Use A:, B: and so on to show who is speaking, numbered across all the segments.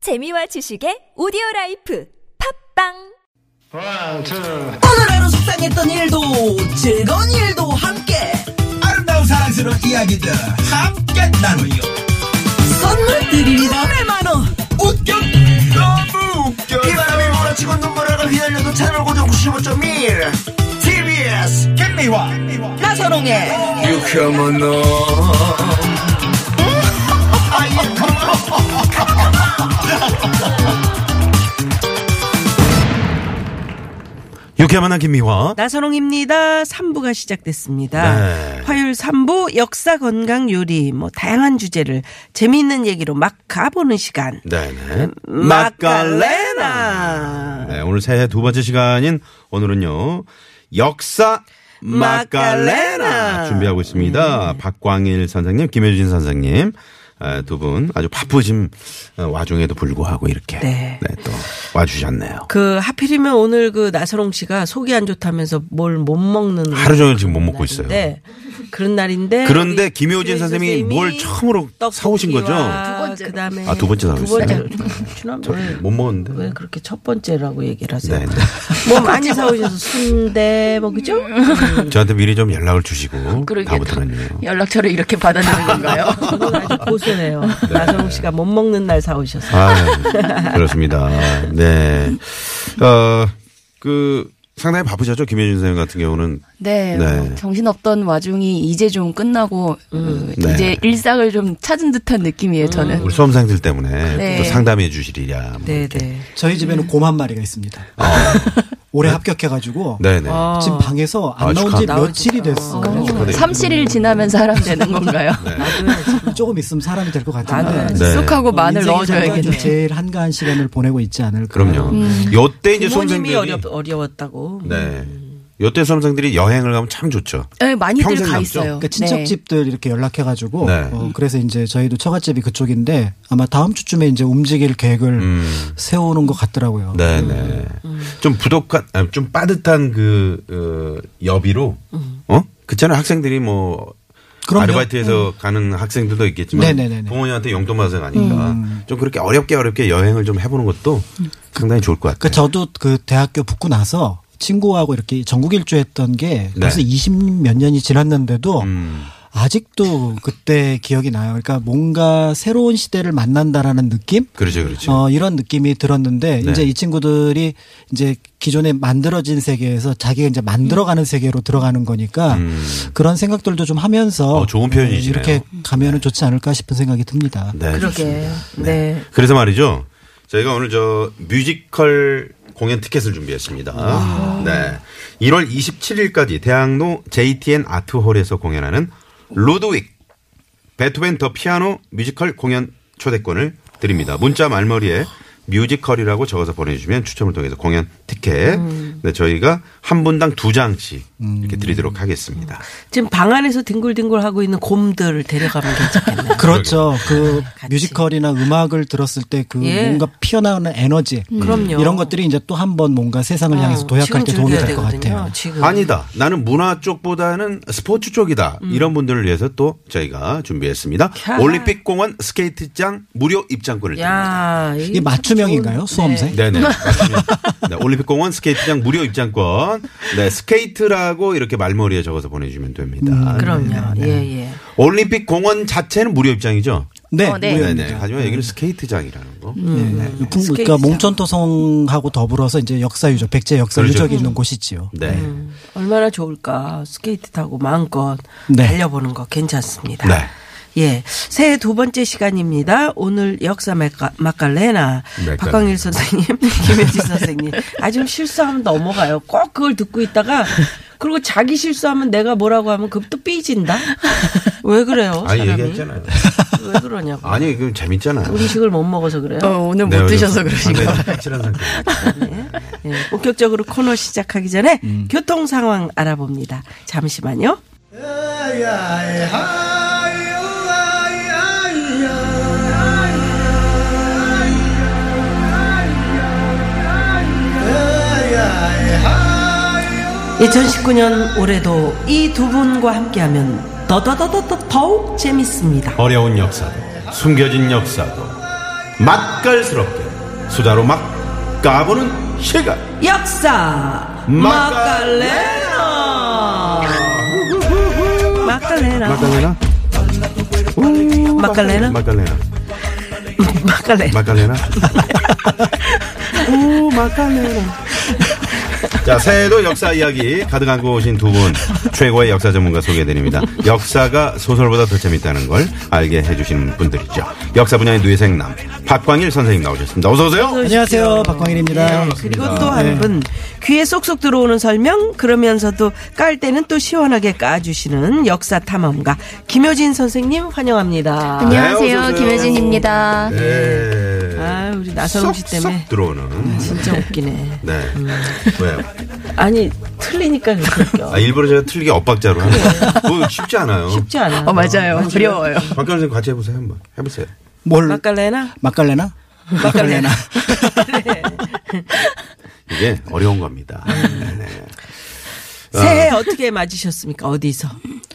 A: 재미와 지식의 오디오 라이프 팝빵
B: One, two.
C: 오늘 하루 속상했던 일도 즐거운 일도 함께
D: 아름다운 사랑스러운 이야기들 함께 나누요
C: 선물 드립니다 100만원
D: 웃겨 너무 웃겨 비바람이 몰아치고 눈물을 휘날려도 채널 고정 95.1 TBS 김미화
C: 나선홍의
D: 유쾌한 너
E: 유쾌한 만남 김미화.
F: 나선홍입니다. 3부가 시작됐습니다.
E: 네.
F: 화요일 3부 역사 건강 요리 뭐 다양한 주제를 재미있는 얘기로 막 가보는 시간.
E: 네네.
F: 마카레나.
E: 네, 오늘 새해 두 번째 시간인 오늘은요. 역사 마카레나 음.
F: 마카레나.
E: 준비하고 있습니다. 박광일 선생님, 김효진 선생님. 두 분 아주 바쁘신 어, 와중에도 불구하고 이렇게
F: 네.
E: 또 와주셨네요.
F: 그 하필이면 오늘 그 나선홍 씨가 속이 안 좋다면서 뭘 못 먹는
E: 하루 종일 지금 못 먹고 있어요.
F: 네. 그런 날인데
E: 그런데
F: 우리
E: 김효진 선생님이 뭘 처음으로 사오신 거죠?
F: 떡볶이와 그다음에
E: 아, 두 번째 사오셨어요? 네.
F: 주남
E: 못 먹었는데.
F: 왜 그렇게 첫 번째라고 얘기를 하세요?
E: 네,
F: 뭐 많이 사오셔서 순대 뭐 그죠?
E: 저한테 미리 좀 연락을 주시고 다부터는요.
G: 연락처를 이렇게 받아내는 건가요?
F: 오늘 아주 고수네요. 나선홍 씨가 못 먹는 날 사오셔서.
E: 아, 그렇습니다. 네. 어, 그, 상당히 바쁘셨죠? 김혜준 선생님 같은 경우는.
G: 네,
E: 네.
G: 뭐 정신없던 와중이 이제 좀 끝나고 어,
E: 네.
G: 이제 일상을 좀 찾은 듯한 느낌이에요. 저는
E: 우리 수험생들 때문에
G: 네.
E: 또 상담해 주시리라. 뭐 이렇게.
F: 네. 네네.
H: 저희 집에는 곰 한 마리가 있습니다. 올해 합격해가지고
E: 네네.
G: 아.
H: 지금 방에서 안
E: 아,
H: 나온 지
E: 축하.
H: 며칠이 됐어.
E: 축하드립니다.
G: 37일 지나면 사람 되는 건가요?
H: 조금 있으면 사람이 될 것 같은데.
F: 나는
E: 네.
G: 어. 쑥하고
H: 어,
G: 마늘
H: 인생의 상당히
G: 넣어줘야겠네.
H: 제일 한가한 시간을 보내고 있지 않을까.
E: 그럼요. 요때 이제
F: 음. 부모님이 음.
E: 수험생들이.
F: 어려, 어려웠다고.
E: 네. 요때 수험생들이 여행을 가면 참 좋죠.
G: 네, 많이들
E: 평생
G: 가
E: 남죠?
G: 있어요. 네.
H: 그러니까 친척집들 이렇게 연락해가지고
E: 네.
H: 어, 그래서 이제 저희도 처갓집이 그쪽인데 아마 다음 주쯤에 이제 움직일 계획을
E: 음.
H: 세우는 것 같더라고요.
E: 네네. 좀 부족한, 아니, 좀 빠듯한 그, 어, 여비로. 어? 그렇잖아요. 학생들이 뭐.
H: 그럼요. 음.
E: 아르바이트에서 가는 학생들도 있겠지만
H: 네네네네. 음.
E: 부모님한테 용돈 받아서 가니까 좀 그렇게 어렵게 어렵게 여행을 좀 해보는 것도 상당히 좋을 것
H: 그
E: 같아요.
H: 저도 그 대학교 붙고 나서 친구하고 이렇게 전국 일주했던 게 벌써
E: 네.
H: 20 몇 년이 지났는데도
E: 음.
H: 아직도 그때 기억이 나요. 그러니까 뭔가 새로운 시대를 만난다라는 느낌?
E: 그렇죠, 그렇죠.
H: 어, 이런 느낌이 들었는데
E: 네.
H: 이제 이 친구들이 이제 기존에 만들어진 세계에서 자기가 이제 만들어가는 세계로 들어가는 거니까
E: 음.
H: 그런 생각들도 좀 하면서
E: 어, 좋은 표현이시네요.
H: 이렇게 가면은 좋지 않을까 싶은 생각이 듭니다.
E: 네,
F: 그러게.
E: 좋습니다.
F: 네.
E: 그래서 말이죠. 저희가 오늘 저 뮤지컬 공연 티켓을 준비했습니다. 네. 1월 27일까지 대학로 JTN 아트홀에서 공연하는 로드윅 베토벤 더 피아노 뮤지컬 공연 초대권을 드립니다. 문자 말머리에 뮤지컬이라고 적어서 보내주시면 추첨을 통해서 공연 티켓. 네, 저희가 한 분당 두 장씩 이렇게 드리도록 하겠습니다.
F: 지금 방 안에서 뒹굴뒹굴 하고 있는 곰들을 데려가면 괜찮겠네요.
H: 그렇죠. 그
F: 아, 같이.
H: 뮤지컬이나 음악을 들었을 때 그
F: 예. 음.
H: 뭔가 피어나오는 에너지
F: 그럼요. 아,
H: 이런 것들이 이제 또 한 번 뭔가 세상을 향해서 도약할
F: 어, 지금
H: 때 도움이
F: 즐겨야
H: 될 것
F: 되거든요,
H: 같아요.
F: 지금.
E: 아니다. 나는 문화 쪽보다는 스포츠 쪽이다. 이런 분들을 위해서 또 저희가 준비했습니다.
F: 캬.
E: 올림픽 공원 스케이트장 무료 입장권을 드립니다.
F: 야,
H: 이게 맞춤형인가요? 수험생?
E: 네네. 맞습니다. 네, 올림픽 공원 스케이트장 무료 입장권. 네, 스케이트라고 이렇게 말머리에 적어서 보내주면
G: 음,
E: 됩니다.
H: 음,
F: 그럼요. 예, 예.
E: 올림픽 공원 자체는 무료 입장이죠.
H: 네.
G: 어,
E: 네네.
G: 네. 음.
H: 무효입니다.
E: 하지만 여기는 스케이트장이라는 거.
H: 네. 그- 그러니까
F: 스케이트장.
H: 몽천토성하고 더불어서 이제 역사 유적, 백제 역사
E: 그렇죠.
H: 유적이 있는 곳이지요.
E: 네.
G: 음.
F: 얼마나 좋을까. 스케이트 타고 마음껏
H: 네.
F: 달려보는 거 괜찮습니다.
E: 네.
F: 예. 새해 두 번째 시간입니다. 오늘 역사 마카, 마칼레나.
E: 마칼레나.
F: 박광일 선생님, 김혜지 선생님. 아, 좀 실수하면 넘어가요. 꼭 그걸 듣고 있다가. 그리고 자기 실수하면 내가 뭐라고 하면 그럼 또 삐진다? 왜
G: 어,
F: 그래요?
E: 아니,
F: 사람이?
E: 얘기했잖아요.
F: 왜 그러냐고.
E: 아니, 이거 재밌잖아요. 네,
F: 음식을 못 먹어서 그래요?
G: 어, 오늘 못 드셔서 그러신가 봐요.
E: 확실한 상태.
F: 예, 본격적으로 코너 시작하기 전에
H: 음.
F: 교통 상황 알아봅니다. 잠시만요. (2019년) 올해도 이 두 분과 함께하면 더더더더더 더욱 재밌습니다.
E: 어려운 역사도 숨겨진 역사도 맛깔스럽게 수다로 막 까보는 시간
F: 역사
E: 마카레나.
F: 마칼레나 마칼레나
E: 마깔레나
F: 마칼레나
E: 마깔레나
F: 마칼레나
E: 마깔레나 오 마깔레나 자 새해도 역사 이야기 가득 안고 오신 두 분 최고의 역사 전문가 소개해드립니다 역사가 소설보다 더 재밌다는 걸 알게 해주시는 분들이죠 역사 분야의 뇌생남 박광일 선생님 나오셨습니다 어서오세요
H: 안녕하세요.
F: 예.
H: 네. 박광일입니다.
F: 네. 그리고 또 한 분 귀에 쏙쏙 들어오는 설명 그러면서도 깔 때는 또 시원하게 까주시는 역사 탐험가 김효진 선생님 환영합니다.
E: 네, 어서
G: 안녕하세요.
E: 오세요.
G: 김혜진입니다.
E: 네.
F: 아 우리 나선홍 씨 때문에 음.
E: 쏙쏙 들어오는
F: 진짜 웃기네.
E: 네 왜요
F: 아니 틀리니까 그렇게 웃겨.
E: 아, 일부러 제가 틀리게 엇박자로 하는 거예요 그거 쉽지 않아요
F: 쉽지 않아.
G: 어, 맞아요. 두려워요.
E: 박광일 선생님 같이 해보세요 한번 해보세요
H: 뭘
F: 마칼레나 네.
H: 막갈레나?
F: 마칼레나
E: 이게 어려운 겁니다
F: 음.
E: 네네. 아.
F: 새해 어떻게 맞으셨습니까? 어디서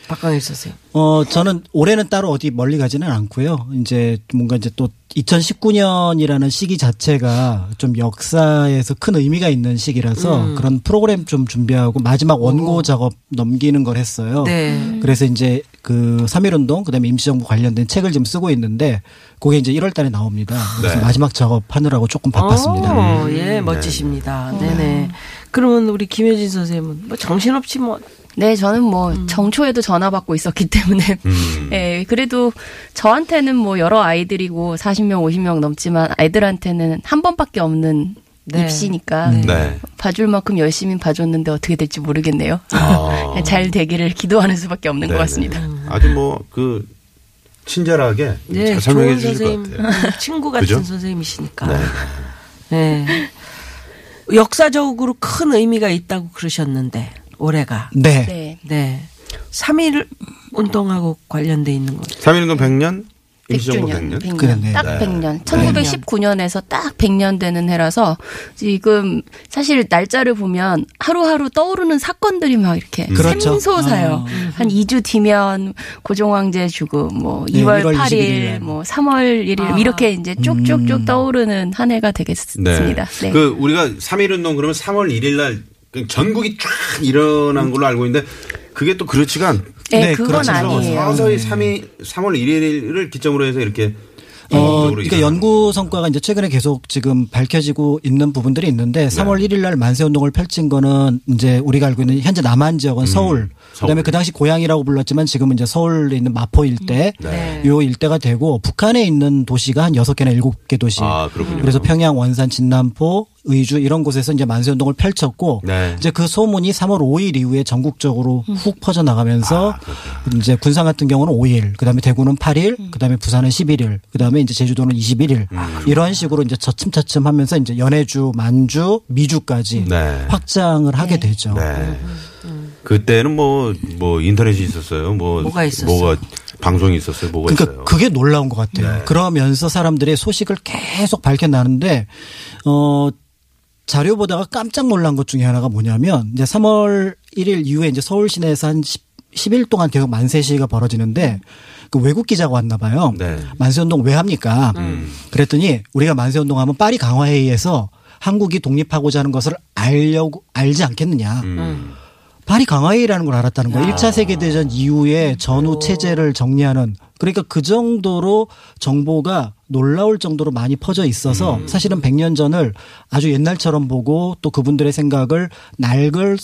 F: 박광일 선생. 님
H: 어, 저는 올해는 따로 어디 멀리 가지는 않고요. 이제 뭔가 이제 또 2019년이라는 시기 자체가 좀 역사에서 큰 의미가 있는 시기라서 그런 프로그램 좀 준비하고 마지막 원고 작업 넘기는 걸 했어요.
F: 네.
H: 그래서 이제 그 3.1운동, 그 다음에 임시정부 관련된 책을 지금 쓰고 있는데 그게 이제 1월 달에 나옵니다. 그래서
E: 네.
H: 마지막 작업 하느라고 조금 바빴습니다.
E: 음.
F: 오, 예, 멋지십니다. 네네. 그러면 우리 김효진 선생님은 뭐 정신없이
E: 음,
F: 뭐
G: 네, 저는 뭐 정초에도 전화 받고 있었기 때문에 예, 그래도 저한테는 뭐 여러 아이들이고 40명, 50명 넘지만 아이들한테는 한 번밖에 없는
F: 네.
G: 입시니까
E: 네.
G: 봐줄 만큼 열심히 봐줬는데 어떻게 될지 모르겠네요.
F: 음.
E: 아.
G: 잘 되기를 기도하는 수밖에 없는 것
E: 네네.
G: 같습니다.
E: 아주 뭐 그 친절하게 잘 설명해
F: 네, 좋은
E: 주실 것
F: 선생님,
E: 같아요.
F: 친구 같은
E: 그죠?
F: 선생님이시니까.
E: 네.
F: 네. 역사적으로 큰 의미가 있다고 그러셨는데 올해가
H: 네.
G: 네.
F: 네. 3일 운동하고 관련돼 있는 거죠.
E: 3.1운동 100년, 임시정부
G: 100주년,
E: 100년.
H: 그러네.
G: 딱
E: 네.
G: 100년.
F: 어,
G: 1919년에서 딱 100년 되는 해라서 지금 사실 날짜를 보면 하루하루 떠오르는 사건들이 막 이렇게
H: 그렇죠.
G: 샘솟아요. 한 2주 뒤면 고종황제 죽음, 뭐
H: 네,
G: 2월
H: 1월
G: 8일,
H: 21일 음. 날.
G: 뭐 3월 1일 이렇게 이제 쭉쭉쭉 떠오르는 한 해가 되겠습니다. 네.
E: 그 우리가 3.1운동 그러면 3월 1일 날 전국이 쫙 일어난 걸로 알고 있는데 그게 또 그렇지가 않.
G: 네,
H: 네,
G: 그건
H: 그렇죠.
G: 아니에요.
E: 서서히 3이 3월 1일을 기점으로 해서 이렇게
H: 어,
E: 일반적으로
H: 그러니까
E: 일어나는
H: 연구 성과가 이제 최근에 계속 지금 밝혀지고 있는 부분들이
E: 네.
H: 있는데 3월 1일 날 만세 운동을 펼친 거는 이제 우리가 알고 있는 현재 남한 지역은 서울, 그다음에
E: 서울.
H: 그 당시 고향이라고 불렀지만 지금은 이제 서울에 있는 마포 일대,
E: 네.
H: 요 일대가 되고 북한에 있는 도시가 한 6개나 7개 도시.
E: 아, 그렇군요.
H: 그래서 평양, 원산, 진남포, 의주 이런 곳에서 이제 만세 운동을 펼쳤고
E: 네.
H: 이제 그 소문이 3월 5일 이후에 전국적으로 훅 퍼져 나가면서
E: 아,
H: 이제 군산 같은 경우는 5일, 그다음에 대구는 8일, 그다음에 부산은 11일, 그다음에 이제 제주도는 21일.
E: 음,
H: 이런 식으로 이제 저츰저츰 하면서 이제 연해주, 만주, 미주까지
E: 네.
H: 확장을 하게 되죠.
E: 네. 그때는 뭐 뭐 인터넷이 있었어요. 뭐
F: 뭐가 있었어?
E: 뭐가 방송이 있었어요. 뭐가
H: 그러니까
E: 있어요. 네.
H: 그게 놀라운 것 같아요. 그러면서 사람들의 소식을 계속 밝혀나는데 어 자료 보다가 깜짝 놀란 것 중에 하나가 뭐냐면 이제 3월 1일 이후에 이제 서울 시내에서 한 10, 10일 동안 계속 만세 시위가 벌어지는데 그 외국 기자가 왔나 봐요.
E: 네. 음.
H: 만세 운동 왜 합니까? 그랬더니 우리가 만세 운동하면 파리 강화 회의에서 한국이 독립하고자 하는 것을 알려고 알지 않겠느냐.
E: 음.
H: 파리 강화회의라는 걸 알았다는
E: 아.
H: 거예요. 1차 세계대전 이후에 전후 체제를 정리하는 그러니까 그 정도로 정보가 놀라울 정도로 많이 퍼져 있어서
E: 음.
H: 사실은 100년 전을 아주 옛날처럼 보고 또 그분들의 생각을 낡을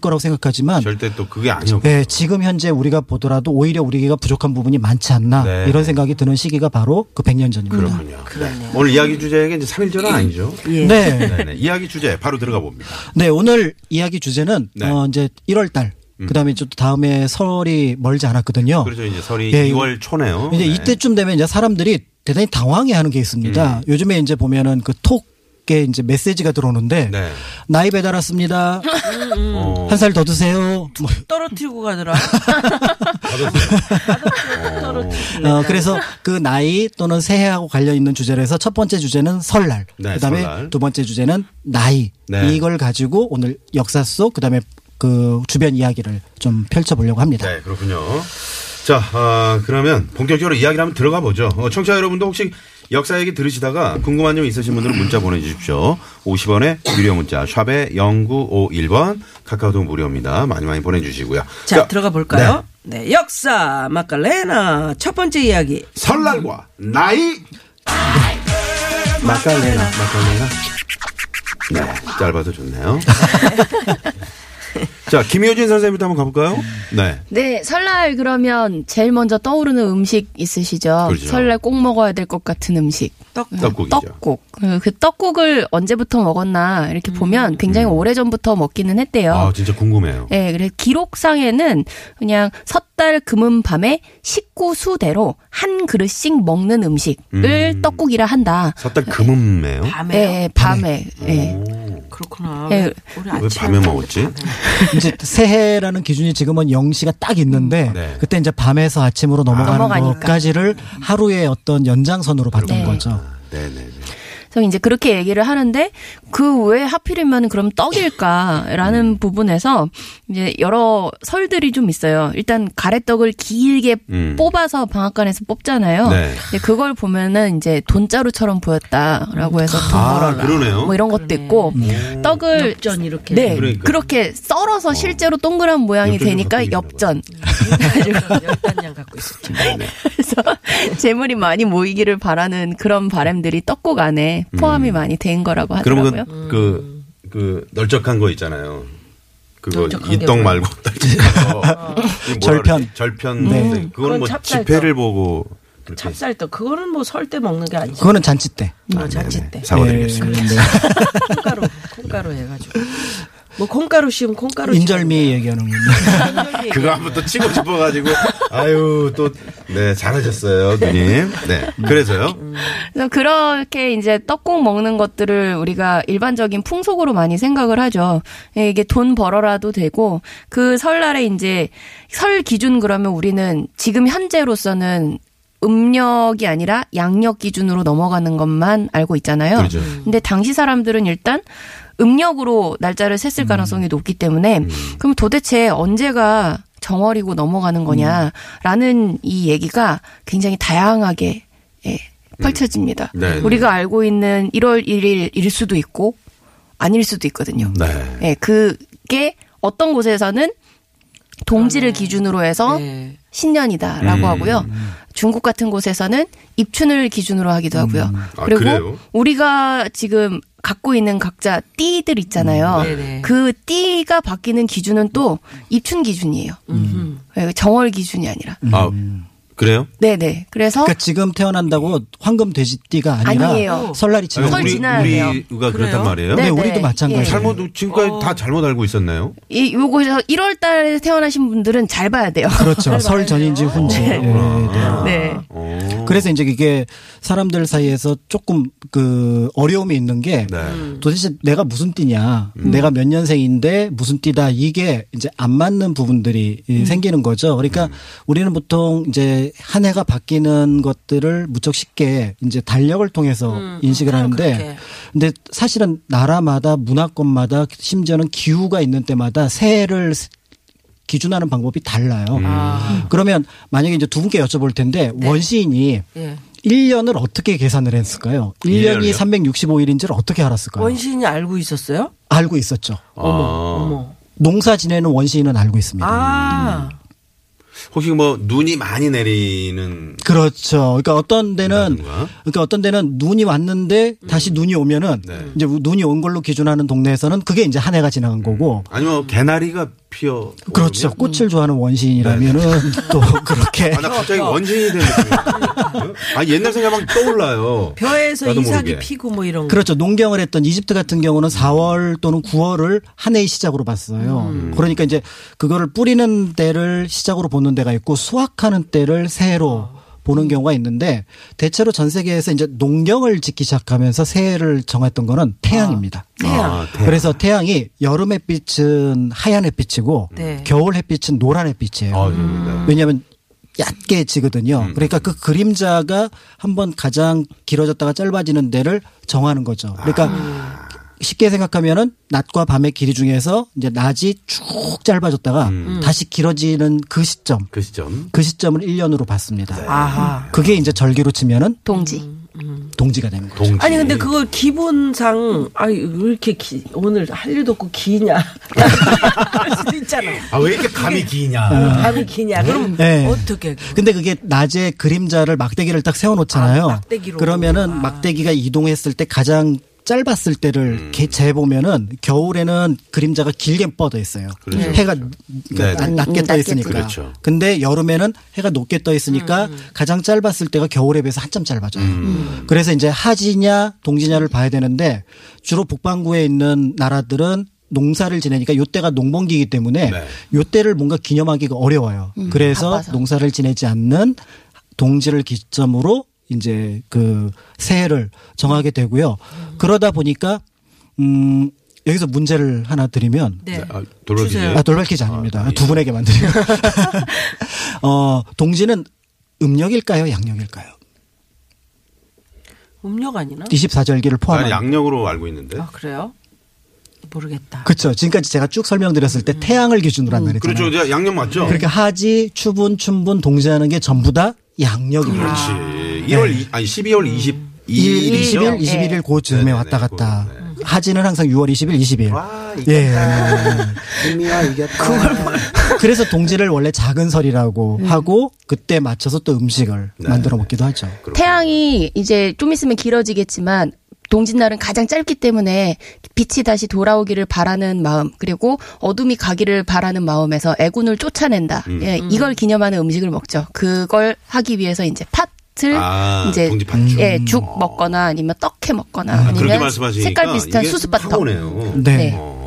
H: 거라고 생각하지만
E: 절대 또 그게 아니었고.
H: 예, 지금 현재 우리가 보더라도 오히려 우리가 부족한 부분이 많지 않나
E: 네.
H: 이런 생각이 드는 시기가 바로 그 100년 전입니다.
E: 그렇군요. 네. 오늘 이야기 주제가 이제 3일절은 아니죠.
H: 네.
E: 네네. 이야기 주제 바로 들어가 봅니다.
H: 네, 오늘 이야기 주제는
E: 네.
H: 어 이제 1월 달 그다음에 좀 다음에 설이 멀지 않았거든요.
E: 그렇죠. 이제 설이
H: 예,
E: 2월 초네요.
H: 이제
E: 네.
H: 이때쯤 되면 이제 사람들이 대단히 당황해하는 게 있습니다.
E: 음.
H: 요즘에 이제 보면은 그 톡에 이제 메시지가 들어오는데
E: 네.
H: 나이 배달왔습니다.
E: 어,
H: 한 살 더 드세요. 뭐,
F: 떨어뜨리고 가더라.
E: 네.
H: 어, 그래서 그 나이 또는 새해하고 관련 있는 주제를 해서 첫 번째 주제는 설날.
E: 네,
H: 그다음에
E: 설날.
H: 두 번째 주제는 나이.
E: 네.
H: 이걸 가지고 오늘 역사 속 그다음에 그 주변 이야기를 좀 펼쳐보려고 합니다.
E: 네, 그렇군요. 자, 아, 그러면 본격적으로 이야기를 한번 들어가 보죠. 어, 청취자 여러분도 혹시 역사 얘기 들으시다가 궁금한 점 있으신 분들은 문자 보내주십시오. 50원의 유료 문자 샵에 0951번 카카오톡 무료입니다. 많이 많이 보내주시고요.
F: 자, 들어가 볼까요? 네. 역사 마칼레나 첫 번째 이야기.
E: 설날과 나이 마칼레나 마칼레나 네 짧아서 좋네요. 자 김효진 선생님부터 한번 가볼까요? 네.
G: 네, 설날 그러면 제일 먼저 떠오르는 음식 있으시죠?
E: 그렇죠.
G: 설날 꼭 먹어야 될 것 같은 음식.
F: 네, 떡국.
E: 떡국이죠.
G: 떡국. 그, 그 떡국을 언제부터 먹었나 이렇게
E: 음.
G: 보면 굉장히 오래전부터 먹기는 했대요.
E: 아 진짜 궁금해요.
G: 예, 그래서 기록상에는 그냥 섣달 금은 밤에 식구 수대로 한 그릇씩 먹는 음식을
E: 음.
G: 떡국이라 한다.
E: 섣달 금음매요.
G: 예,
F: 밤에.
G: 예, 밤에.
E: 음.
G: 예.
F: 그렇구나.
G: 예.
F: 왜 우리
E: 왜
F: 아침에 네.
E: 밤에 먹었지?
H: 이제 새해라는 기준이 지금은 0시가 딱 있는데
E: 네.
H: 그때 이제 밤에서 아침으로 넘어가는
G: 넘어가니까.
H: 것까지를 하루의 어떤 연장선으로 봤던
G: 네.
E: 아,
H: 거죠.
E: 네네네.
G: 그래서 이제 그렇게 얘기를 하는데 그 왜 하필이면 그럼 떡일까라는
E: 음.
G: 부분에서 이제 여러 설들이 좀 있어요. 일단 가래떡을 길게
E: 음.
G: 뽑아서 방앗간에서 뽑잖아요.
E: 네.
G: 근데 그걸 보면은 이제 돈자루처럼 보였다라고 해서
E: 아
G: 돈벌어라
E: 그러네요.
G: 뭐 이런 것도 있고 떡을
F: 네. 엽전 이렇게.
G: 네, 그
E: 그러니까.
G: 렇게 썰어서 실제로 동그란 모양이
E: 엽전이
G: 되니까
E: 바뀌게
G: 엽전.
F: 열단량 갖고
E: 네.
F: 있었죠.
G: 그래서 재물이 많이 모이기를 바라는 그런 바람들이 떡국 안에 포함이 많이 된 거라고
E: 음.
G: 하더라고요.
E: 그러면 그, 그, 그 널쩍한 거 있잖아요. 그거
F: 널쩍한 게
E: 이떡
F: 뭐야?
E: 말고 널쩍한 거. 이게 뭐라
H: 절편.
E: 그러지? 절편.
H: 네.
E: 네. 그건
F: 그건
E: 뭐
F: 찹쌀떡.
E: 지폐를 보고 이렇게
F: 찹쌀떡. 그거는 뭐 설 때 먹는 게 아니지.
H: 그거는 잔치 때.
F: 아, 자칫 때.
E: 사과드리겠습니다.
H: 예,
F: 콩가루. 콩가루 해가지고. 뭐 콩가루 씌우면 콩가루.
H: 네. 인절미 얘기하는
F: 어?
H: 겁니다.
E: 그거 한번 또 치고 싶어가지고 아유 또 네 잘하셨어요 누님. 네 그래서요.
G: 그래서 그렇게 이제 떡국 먹는 것들을 우리가 일반적인 풍속으로 많이 생각을 하죠. 예, 이게 돈 벌어라도 되고 그 설날에 이제 설 기준 그러면 우리는 지금 현재로서는 음력이 아니라 양력 기준으로 넘어가는 것만 알고 있잖아요.
E: 그렇죠.
G: 근데 당시 사람들은 일단 음력으로 날짜를 셌을 가능성이 높기 때문에
E: 음.
G: 그럼 도대체 언제가 정월이고 넘어가는
E: 음.
G: 거냐라는 이 얘기가 굉장히 다양하게 예, 펼쳐집니다.
E: 네, 네.
G: 우리가 알고 있는 1월 1일일 수도 있고 아닐 수도 있거든요.
E: 네.
G: 예, 그게 어떤 곳에서는 동지를 기준으로 해서
F: 아, 네.
G: 신년이다라고
E: 음.
G: 하고요. 중국 같은 곳에서는 입춘을 기준으로 하기도 하고요.
E: 아,
G: 그리고
E: 그래요?
G: 우리가 지금 갖고 있는 각자 띠들 있잖아요.
F: 네네.
G: 그 띠가 바뀌는 기준은 또 입춘 기준이에요. 예, 정월 기준이 아니라.
E: 아 그래요?
G: 네네. 그래서
H: 그러니까 지금 태어난다고 황금 돼지띠가 아니라
G: 아니에요.
H: 설날이
E: 아니,
H: 지나고
G: 설
E: 우리
G: 지나야 돼요.
E: 우리가 그렇단 말이에요.
H: 네,
G: 네네.
H: 우리도 마찬가지예요.
G: 예.
E: 잘못 지금까지 다 잘못 알고 있었나요?
G: 이 요거에서 1월 달에 태어나신 분들은 잘 봐야 돼요.
H: 그렇죠. 설 전인지 훈지. 예, 네.
G: 네.
E: 어.
H: 그래서 이제 이게 사람들 사이에서 조금 그 어려움이 있는 게
E: 네.
H: 도대체 내가 무슨 띠냐, 내가 몇 년생인데 무슨 띠다 이게 이제 안 맞는 부분들이 이 생기는 거죠. 그러니까 우리는 보통 이제 한 해가 바뀌는 것들을 무척 쉽게 이제 달력을 통해서 인식을 하는데,
F: 그렇게.
H: 근데 사실은 나라마다 문화권마다 심지어는 기후가 있는 때마다 새해를 기준하는 방법이 달라요.
F: 음. 아,
H: 그러면 만약에 이제 두 분께 여쭤볼 텐데 원시인이
F: 네. 예.
H: 1년을 어떻게 계산을 했을까요?
E: 일년을요?
H: 1년이 365일인지를 어떻게 알았을까요?
F: 원신이 알고 있었어요?
H: 알고 있었죠.
E: 아.
F: 어머.
H: 농사 지내는 원시인은 알고 있습니다.
F: 아.
E: 혹시 뭐 눈이 많이 내리는
H: 그렇죠. 그러니까 어떤 데는
E: 뭔가?
H: 그러니까 어떤 데는 눈이 왔는데
F: 음.
H: 다시 눈이 오면은
E: 네.
H: 이제 눈이 온 걸로 기준하는 동네에서는 그게 이제 한 해가
E: 음.
H: 지나간 거고
E: 아니면 개나리가 피어
H: 그렇죠.
E: 오르면?
H: 꽃을
F: 음.
H: 좋아하는 원시인이라면은 또 그렇게
E: 네. 아, 나
F: 어,
E: 갑자기 원진이 되는 느낌이야. 아, 옛날 생각만 떠올라요.
F: 벼에서
E: 나도
F: 이삭이
E: 모르게.
F: 피고 뭐 이런 거.
H: 그렇죠. 농경을 했던 이집트 같은 경우는 4월 또는 9월을 한 해의 시작으로 봤어요.
F: 음.
H: 그러니까 이제 그거를 뿌리는 때를 시작으로 보는 데가 있고 수확하는 때를 새해로 보는 경우가 있는데 대체로 전 세계에서 이제 농경을 짓기 시작하면서 새해를 정했던 거는 태양입니다.
F: 네. 태양.
E: 아, 대-
H: 그래서 태양이 여름 햇빛은 하얀 햇빛이고
F: 네.
H: 겨울 햇빛은 노란 햇빛이에요.
E: 아,
F: 음.
E: 좋습니다.
H: 왜냐하면 얕게 지거든요. 그러니까 그 그림자가 한번 가장 길어졌다가 짧아지는 데를 정하는 거죠. 그러니까 쉽게 생각하면은 낮과 밤의 길이 중에서 이제 낮이 쭉 짧아졌다가 다시 길어지는 그 시점.
E: 그 시점.
H: 그 시점을 1년으로 봤습니다.
F: 네. 아하.
H: 그게 이제 절기로 치면은
G: 동지.
H: 동지가 되는 거죠.
E: 동지.
F: 아니 근데 그걸 기본상 아왜 이렇게 기- 오늘 할 일도 없고 기냐 할 수도 있잖아
E: 아, 왜 이렇게 감이 기냐.
F: 밤이 기냐 그럼
H: 네.
F: 어떻게
H: 근데 그게 낮에 그림자를 막대기를 딱 세워놓잖아요.
F: 아, 막대기로. 아.
H: 그러면은 막대기가 이동했을 때 가장 짧았을 때를
E: 음.
H: 개- 재보면은 겨울에는 그림자가 길게 뻗어 있어요.
E: 그렇죠,
H: 해가 그러니까
E: 네,
H: 낮-
E: 네.
H: 낮게
G: 음,
H: 떠
G: 낮게
H: 있으니까.
E: 떠. 그렇죠.
H: 근데 여름에는 해가 높게 떠 있으니까 가장 짧았을 때가 겨울에 비해서 한참 짧아져요. 그래서 이제 하지냐 동지냐를 봐야 되는데 주로 북반구에 있는 나라들은 농사를 지내니까 요때가 농번기이기 때문에
E: 네.
H: 요때를 뭔가 기념하기가 어려워요. 그래서
G: 바빠서.
H: 농사를 지내지 않는 동지를 기점으로 이제 그 새해를 정하게 되고요. 그러다 보니까 음 여기서 문제를 하나 드리면
F: 네.
E: 아, 돌발 기지.
F: 주세요.
H: 아, 돌발 퀴즈 아닙니다.
E: 예.
H: 두 분에게 만드려요. 어, 동지는 음력일까요? 양력일까요?
F: 음력 아니나
H: 24절기를 포함한.
E: 나는 양력으로 알고 있는데.
F: 아 그래요 모르겠다
H: 그렇죠. 지금까지 제가 쭉 설명드렸을 때 태양을 기준으로 한다했잖아요
E: 그렇죠. 이제 양력 맞죠?
H: 그러니까 하지, 추분, 춘분, 동지하는 게 전부 다 양력입니다.
E: 그렇지.
F: 아.
E: 1월
H: 네.
E: 이- 아니 12월
H: 1일,
E: 그렇죠. 22일 예.
H: 20일, 21일 고쯤에
E: 네네네,
H: 왔다 갔다.
E: 그, 네.
H: 하지는 항상 6월 20일, 20일.
E: 와,
H: 예.
B: 이미야 이겼다. 그걸
H: 그래서 동지를 원래 작은 설이라고 하고 그때 맞춰서 또 음식을
E: 네.
H: 만들어 먹기도 하죠.
G: 태양이 이제 좀 있으면 길어지겠지만 동짓날은 가장 짧기 때문에 빛이 다시 돌아오기를 바라는 마음 그리고 어둠이 가기를 바라는 마음에서 애군을 쫓아낸다.
E: 음.
G: 예, 이걸 기념하는 음식을 먹죠. 그걸 하기 위해서 이제 팥을
E: 아,
G: 이제
E: 동지팥죽.
G: 예, 죽 먹거나 아니면 떡해 먹거나 아, 니면
E: 그렇게 말씀하시니까
G: 색깔 비슷한
E: 이게
G: 수수팥떡.
E: 파고네요.
H: 네.
G: 네.
E: 어,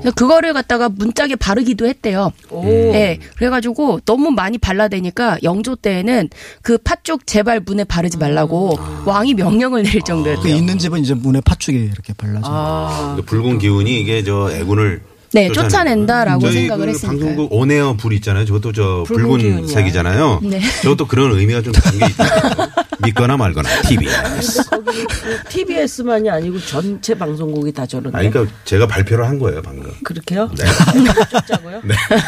G: 그래서 그거를 갖다가 문짝에 바르기도 했대요. 예. 그래가지고 너무 많이 발라대니까 영조 때에는 그 팥죽 제발 문에 바르지 말라고
E: 아.
G: 왕이 명령을 내릴
H: 그
G: 정도였대요.
H: 있는 집은 이제 문에 팥죽이 이렇게 발라져. 요
E: 그러니까 붉은 기운이 이게 저 애군을
G: 네,
E: 쫓아내는
G: 쫓아낸다라고
E: 거예요. 저희
G: 생각을
E: 그
G: 했으니까요.
E: 방송국 온에어 불 있잖아요. 저것도 저
F: 붉은
E: 붉은
F: 기운이야.
E: 색이잖아요.
G: 네.
E: 저것도 그런 의미가 좀 담겨 있다. 믿거나 말거나 아, TBS.
F: 거기 TBS만이 아니고 전체 방송국이 다 저런데
E: 그- 아, 그러니까 제가 발표를 한 거예요 방금.
F: 그렇게요
E: 네.
F: 쫓자고요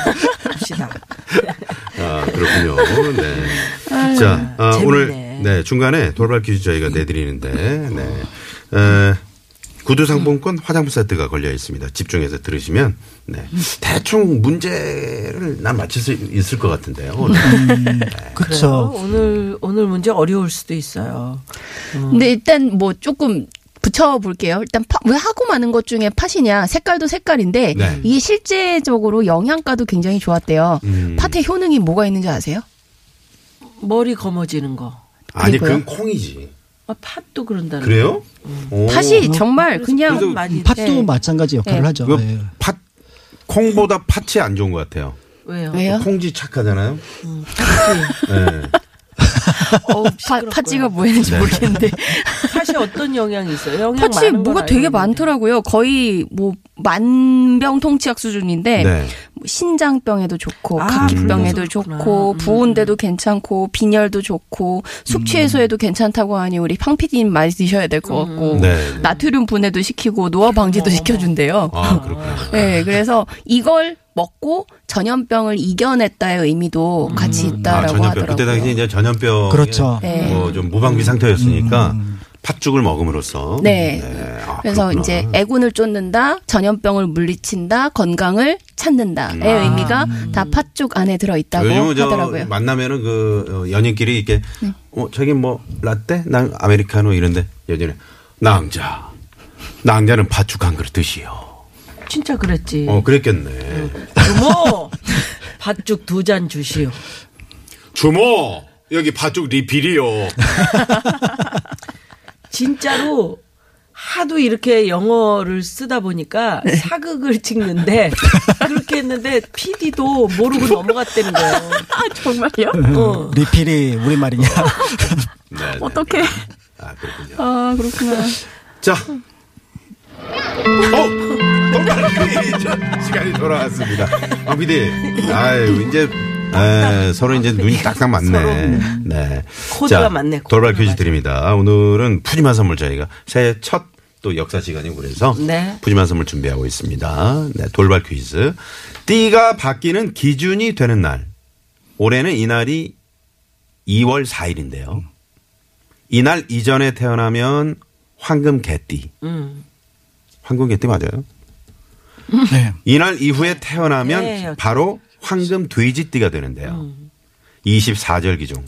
F: 합시다
E: 아 그렇군요. 네. 자 아,
F: 재밌네.
E: 오늘 네 중간에 돌발 퀴즈 저희가 내드리는데 네. 에, 구두 상품권 화장품 세트가 걸려 있습니다. 집중해서 들으시면 네. 대충 문제를 난 맞힐 수 있을 것 같은데요. 네. 오늘.
G: 음.
E: 어.
F: 그래요?
H: 그렇죠.
F: 어, 오늘 오늘 문제 어려울 수도 있어요
G: 근데 일단 뭐 조금 붙여볼게요. 일단 파- 왜 하고 많은 것 중에 팥이냐 색깔도 색깔인데
E: 네.
G: 이게 실제적으로 영양가도 굉장히 좋았대요.
E: 음.
G: 팥의 효능이 뭐가 있는지 아세요?
F: 머리 검어지는 거
E: 아니
G: 그리고요?
E: 그건 콩이지.
F: 아, 팥도 그런다는
E: 그래요? 오.
G: 팥이 정말
F: 그래서
G: 그냥
E: 그래서
F: 많이
H: 팥도
G: 네.
H: 마찬가지 역할을
G: 네.
H: 하죠.
E: 이거
H: 네.
E: 팥 콩보다 팥이 안 좋은 것 같아요.
F: 왜요? 음,
G: 왜요?
E: 콩지 착하잖아요. 네.
G: 어, 파, 팥지가 뭐였는지 모르겠는데
F: 팥이 어떤 영향이 있어요? 영향
G: 팥이
F: 많은 건
G: 뭐가
F: 알고
G: 되게
F: 있는데.
G: 많더라고요. 거의 뭐 만병통치약 수준인데
E: 네.
G: 뭐 신장병에도 좋고
F: 아,
G: 각기병에도
F: 음.
G: 좋고
F: 음.
G: 부은데도 괜찮고 빈혈도 좋고
E: 음.
G: 숙취 해소에도 괜찮다고 하니 우리 팡피디님 많이 드셔야 될 것 같고
F: 음.
E: 네.
G: 나트륨 분해도 시키고 노화 방지도 시켜준대요.
E: 아 그렇구나.
G: 네, 그래서 이걸 먹고 전염병을 이겨냈다의 의미도
F: 음.
G: 같이
E: 아,
G: 있다라고
E: 전염병.
G: 하더라고요.
E: 그때 당시 이제 전염병.
H: 그렇죠.
G: 네.
E: 뭐좀 무방비 상태였으니까 팥죽을 먹음으로써.
G: 네.
E: 아,
G: 그래서
E: 그렇구나.
G: 이제 애군을 쫓는다, 전염병을 물리친다, 건강을 찾는다의 의미가 다 팥죽 안에 들어있다고
E: 음. 아. 요즘은 저
G: 하더라고요. 네.
E: 만나면은 그 어, 연인끼리 이렇게 어 저기 뭐 라떼, 난 아메리카노 이런데 예전에 낭자, 낭자는 팥죽 한 그릇 드시오.
F: 진짜 그랬지.
E: 어 그랬겠네.
G: 음.
F: 부모 팥죽 두 잔 주시오.
E: 주모 여기 팥죽 리필이요.
F: 진짜로 하도 이렇게 영어를 쓰다 보니까
G: 네.
F: 사극을 찍는데 그렇게 했는데 PD도 모르고 넘어갔다는 거예요.
G: 아, 정말요?
F: 어.
H: 리필이 우리말이냐.
E: 네, 네.
G: 어떻게?
E: 아 그렇군요.
G: 아 그렇구나.
E: 자. 어! 돌발 시간이 돌아왔습니다. 어, PD. 아유, 이제, 에, 서로 이제 눈이 딱딱 맞네. 네.
F: 코드가 맞네, 코드가
E: 돌발 퀴즈
F: 맞아.
E: 드립니다. 오늘은 푸짐한 선물 저희가 새해 첫 또 역사 시간이고 그래서
F: 네.
E: 푸짐한 선물 준비하고 있습니다. 네, 돌발 퀴즈. 띠가 바뀌는 기준이 되는 날. 올해는 이날이 2월 4일인데요. 이날 이전에 태어나면 황금 개띠.
F: 음.
E: 황금 개띠 맞아요?
H: 네.
E: 이날 이후에 태어나면
F: 네. 음.
E: 바로 황금 돼지띠가 되는데요. 24절기 중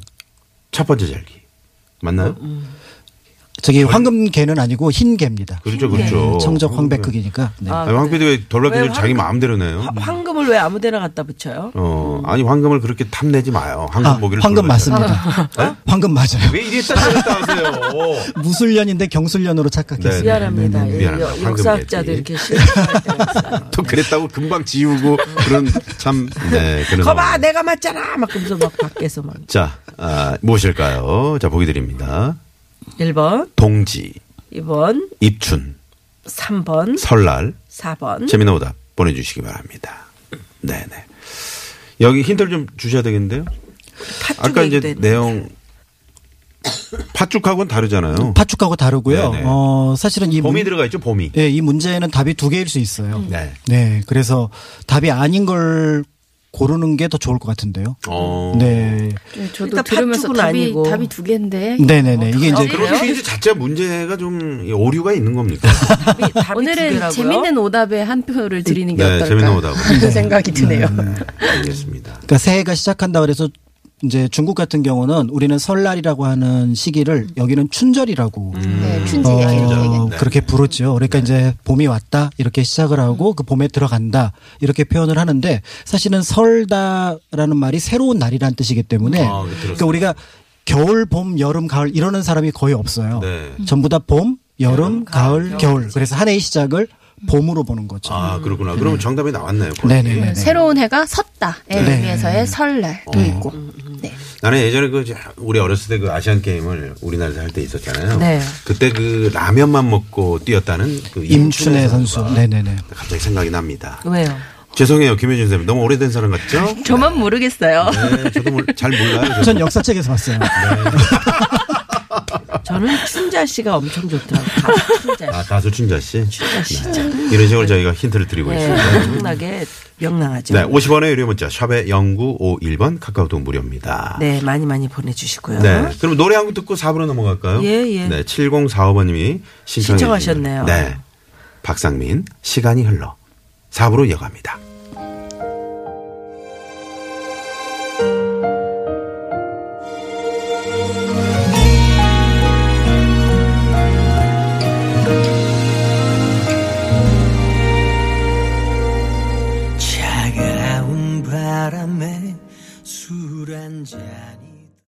E: 첫 번째 절기.
F: 어,
E: 맞나요?
F: 음.
H: 저기 황금 개는 아니고 흰 개입니다.
E: 그렇죠, 그렇죠.
H: 네, 청적 황백 크기니까. 네.
F: 아,
E: 아니, 황피디 왜
F: 왜
E: 돌라피디를
F: 황금-
E: 자기 마음대로 내요?
F: 화- 황금을 왜 아무데나 갖다 붙여요?
E: 어, 아니 황금을 그렇게 탐내지 마요. 황금
H: 아,
E: 보기를
H: 황금
E: 불러줘요.
H: 맞습니다.
E: 어?
H: 황금 맞아요.
E: 왜 이리 했다 저랬다 하세요?
H: 무술년인데 경술년으로
E: 네,
H: 착각했어요.
E: 네.
F: 미안합니다. 예,
E: 미안합니다.
F: 여-
E: 황금
F: 역사학자들
E: 얘기.
F: 이렇게 싫어할 때가 있어요.
E: 또 그랬다고 금방 지우고 그런 참 네, 그런
F: 거봐
E: 상황.
F: 내가 맞잖아 막 그러면서 막 밖에서 막
E: 자, 아, 무엇일까요? 자, 보기 드립니다.
F: 1번
E: 동지,
F: 2번
E: 입춘,
F: 3번
E: 설날,
F: 4번
E: 재미난 오답 보내주시기 바랍니다. 네네. 여기 힌트를 좀 주셔야 되겠는데요. 아까
F: 팥죽
E: 이제
F: 얘기도 했는데
E: 내용 팥죽하고는 다르잖아요.
H: 파축하고 다르고요.
E: 네, 네.
H: 어, 사실은 이,
E: 봄이
H: 문,
E: 들어가 있죠, 봄이.
H: 예, 이 문제는 답이 두 개일 수 있어요.
F: 음.
E: 네.
H: 네, 그래서 답이 아닌 걸 고르는 게 더 좋을 것 같은데요.
E: 어.
H: 네.
G: 음, 저도
F: 일단 그러니까
G: 들으면서
F: 팥죽은
G: 답이
F: 아니고.
G: 답이 두 개인데
H: 네네네. 이게 이제
E: 그렇죠. 그런 퀴즈 자체 문제가 좀이 오류가 있는 겁니까?
F: 답이- 답이 두
G: 오늘은
F: 개라고요?
G: 재밌는 오답에 한 표를 드리는 게
E: 네,
G: 어떨까?
E: 재밌는 오답으로.
G: 그런 생각이 드네요.
E: 알겠습니다.
H: 그러니까 새해가 시작한다 그래서 이제 중국 같은 경우는 우리는 설날이라고 하는 시기를 여기는 음. 춘절이라고
E: 음.
G: 네, 춘지
H: 어,
G: 얘기는
E: 네.
H: 그렇게 부르죠. 그러니까 이제 봄이 왔다 이렇게 시작을 하고 그 봄에 들어간다 이렇게 표현을 하는데 사실은 설다라는 말이 새로운 날이라는 뜻이기 때문에
E: 아, 네,
H: 그러니까 우리가 겨울, 봄, 여름, 가을 이러는 사람이 거의 없어요.
E: 네.
H: 전부 다 봄, 음. 여름, 가을, 겨울. 음. 그래서 한 해의 시작을 봄으로 보는 거죠.
E: 아, 그렇구나. 그러면 정답이 나왔네요. 거의.
H: 네네네.
G: 새로운 해가 섰다에
E: 네.
G: 의해서의
E: 어.
G: 설날도 있고.
E: 음,
G: 네.
E: 나는 예전에 그 자- 우리 어렸을 때 그 아시안 게임을 우리나라에서 할 때 있었잖아요.
F: 네.
E: 그때 그 라면만 먹고 뛰었다는 그
H: 임춘애 선수.
E: 선수가
H: 네네네.
E: 갑자기 생각이 납니다.
F: 왜요?
E: 죄송해요, 김효진 선생님. 너무 오래된 사람 같죠?
G: 저만 모르겠어요.
E: 네, 저도 몰- 잘 몰라요.
H: 전
E: 저는.
H: 역사책에서 봤어요.
F: 저는 춘자 씨가 엄청 좋더라고요. 다 춘자
E: 아,
F: 씨. 네,
E: 가수 춘자 씨. 네.
F: 춘자 씨 진짜
E: 이런 식으로 저희가 힌트를 드리고
F: 네,
E: 있습니다.
F: 엄청나게 명랑하죠.
E: 네, 50원의 유료 문자 샵의 0951번 카카오톡 무료입니다.
F: 네, 많이 많이 보내주시고요.
E: 네. 그럼 노래 한 곡 듣고 4부로 넘어갈까요?
F: 예, 예.
E: 네. 7045번님이 신청해 주신
F: 신청하셨네요.
E: 노래. 네. 박상민, 시간이 흘러. 4부로 이어갑니다.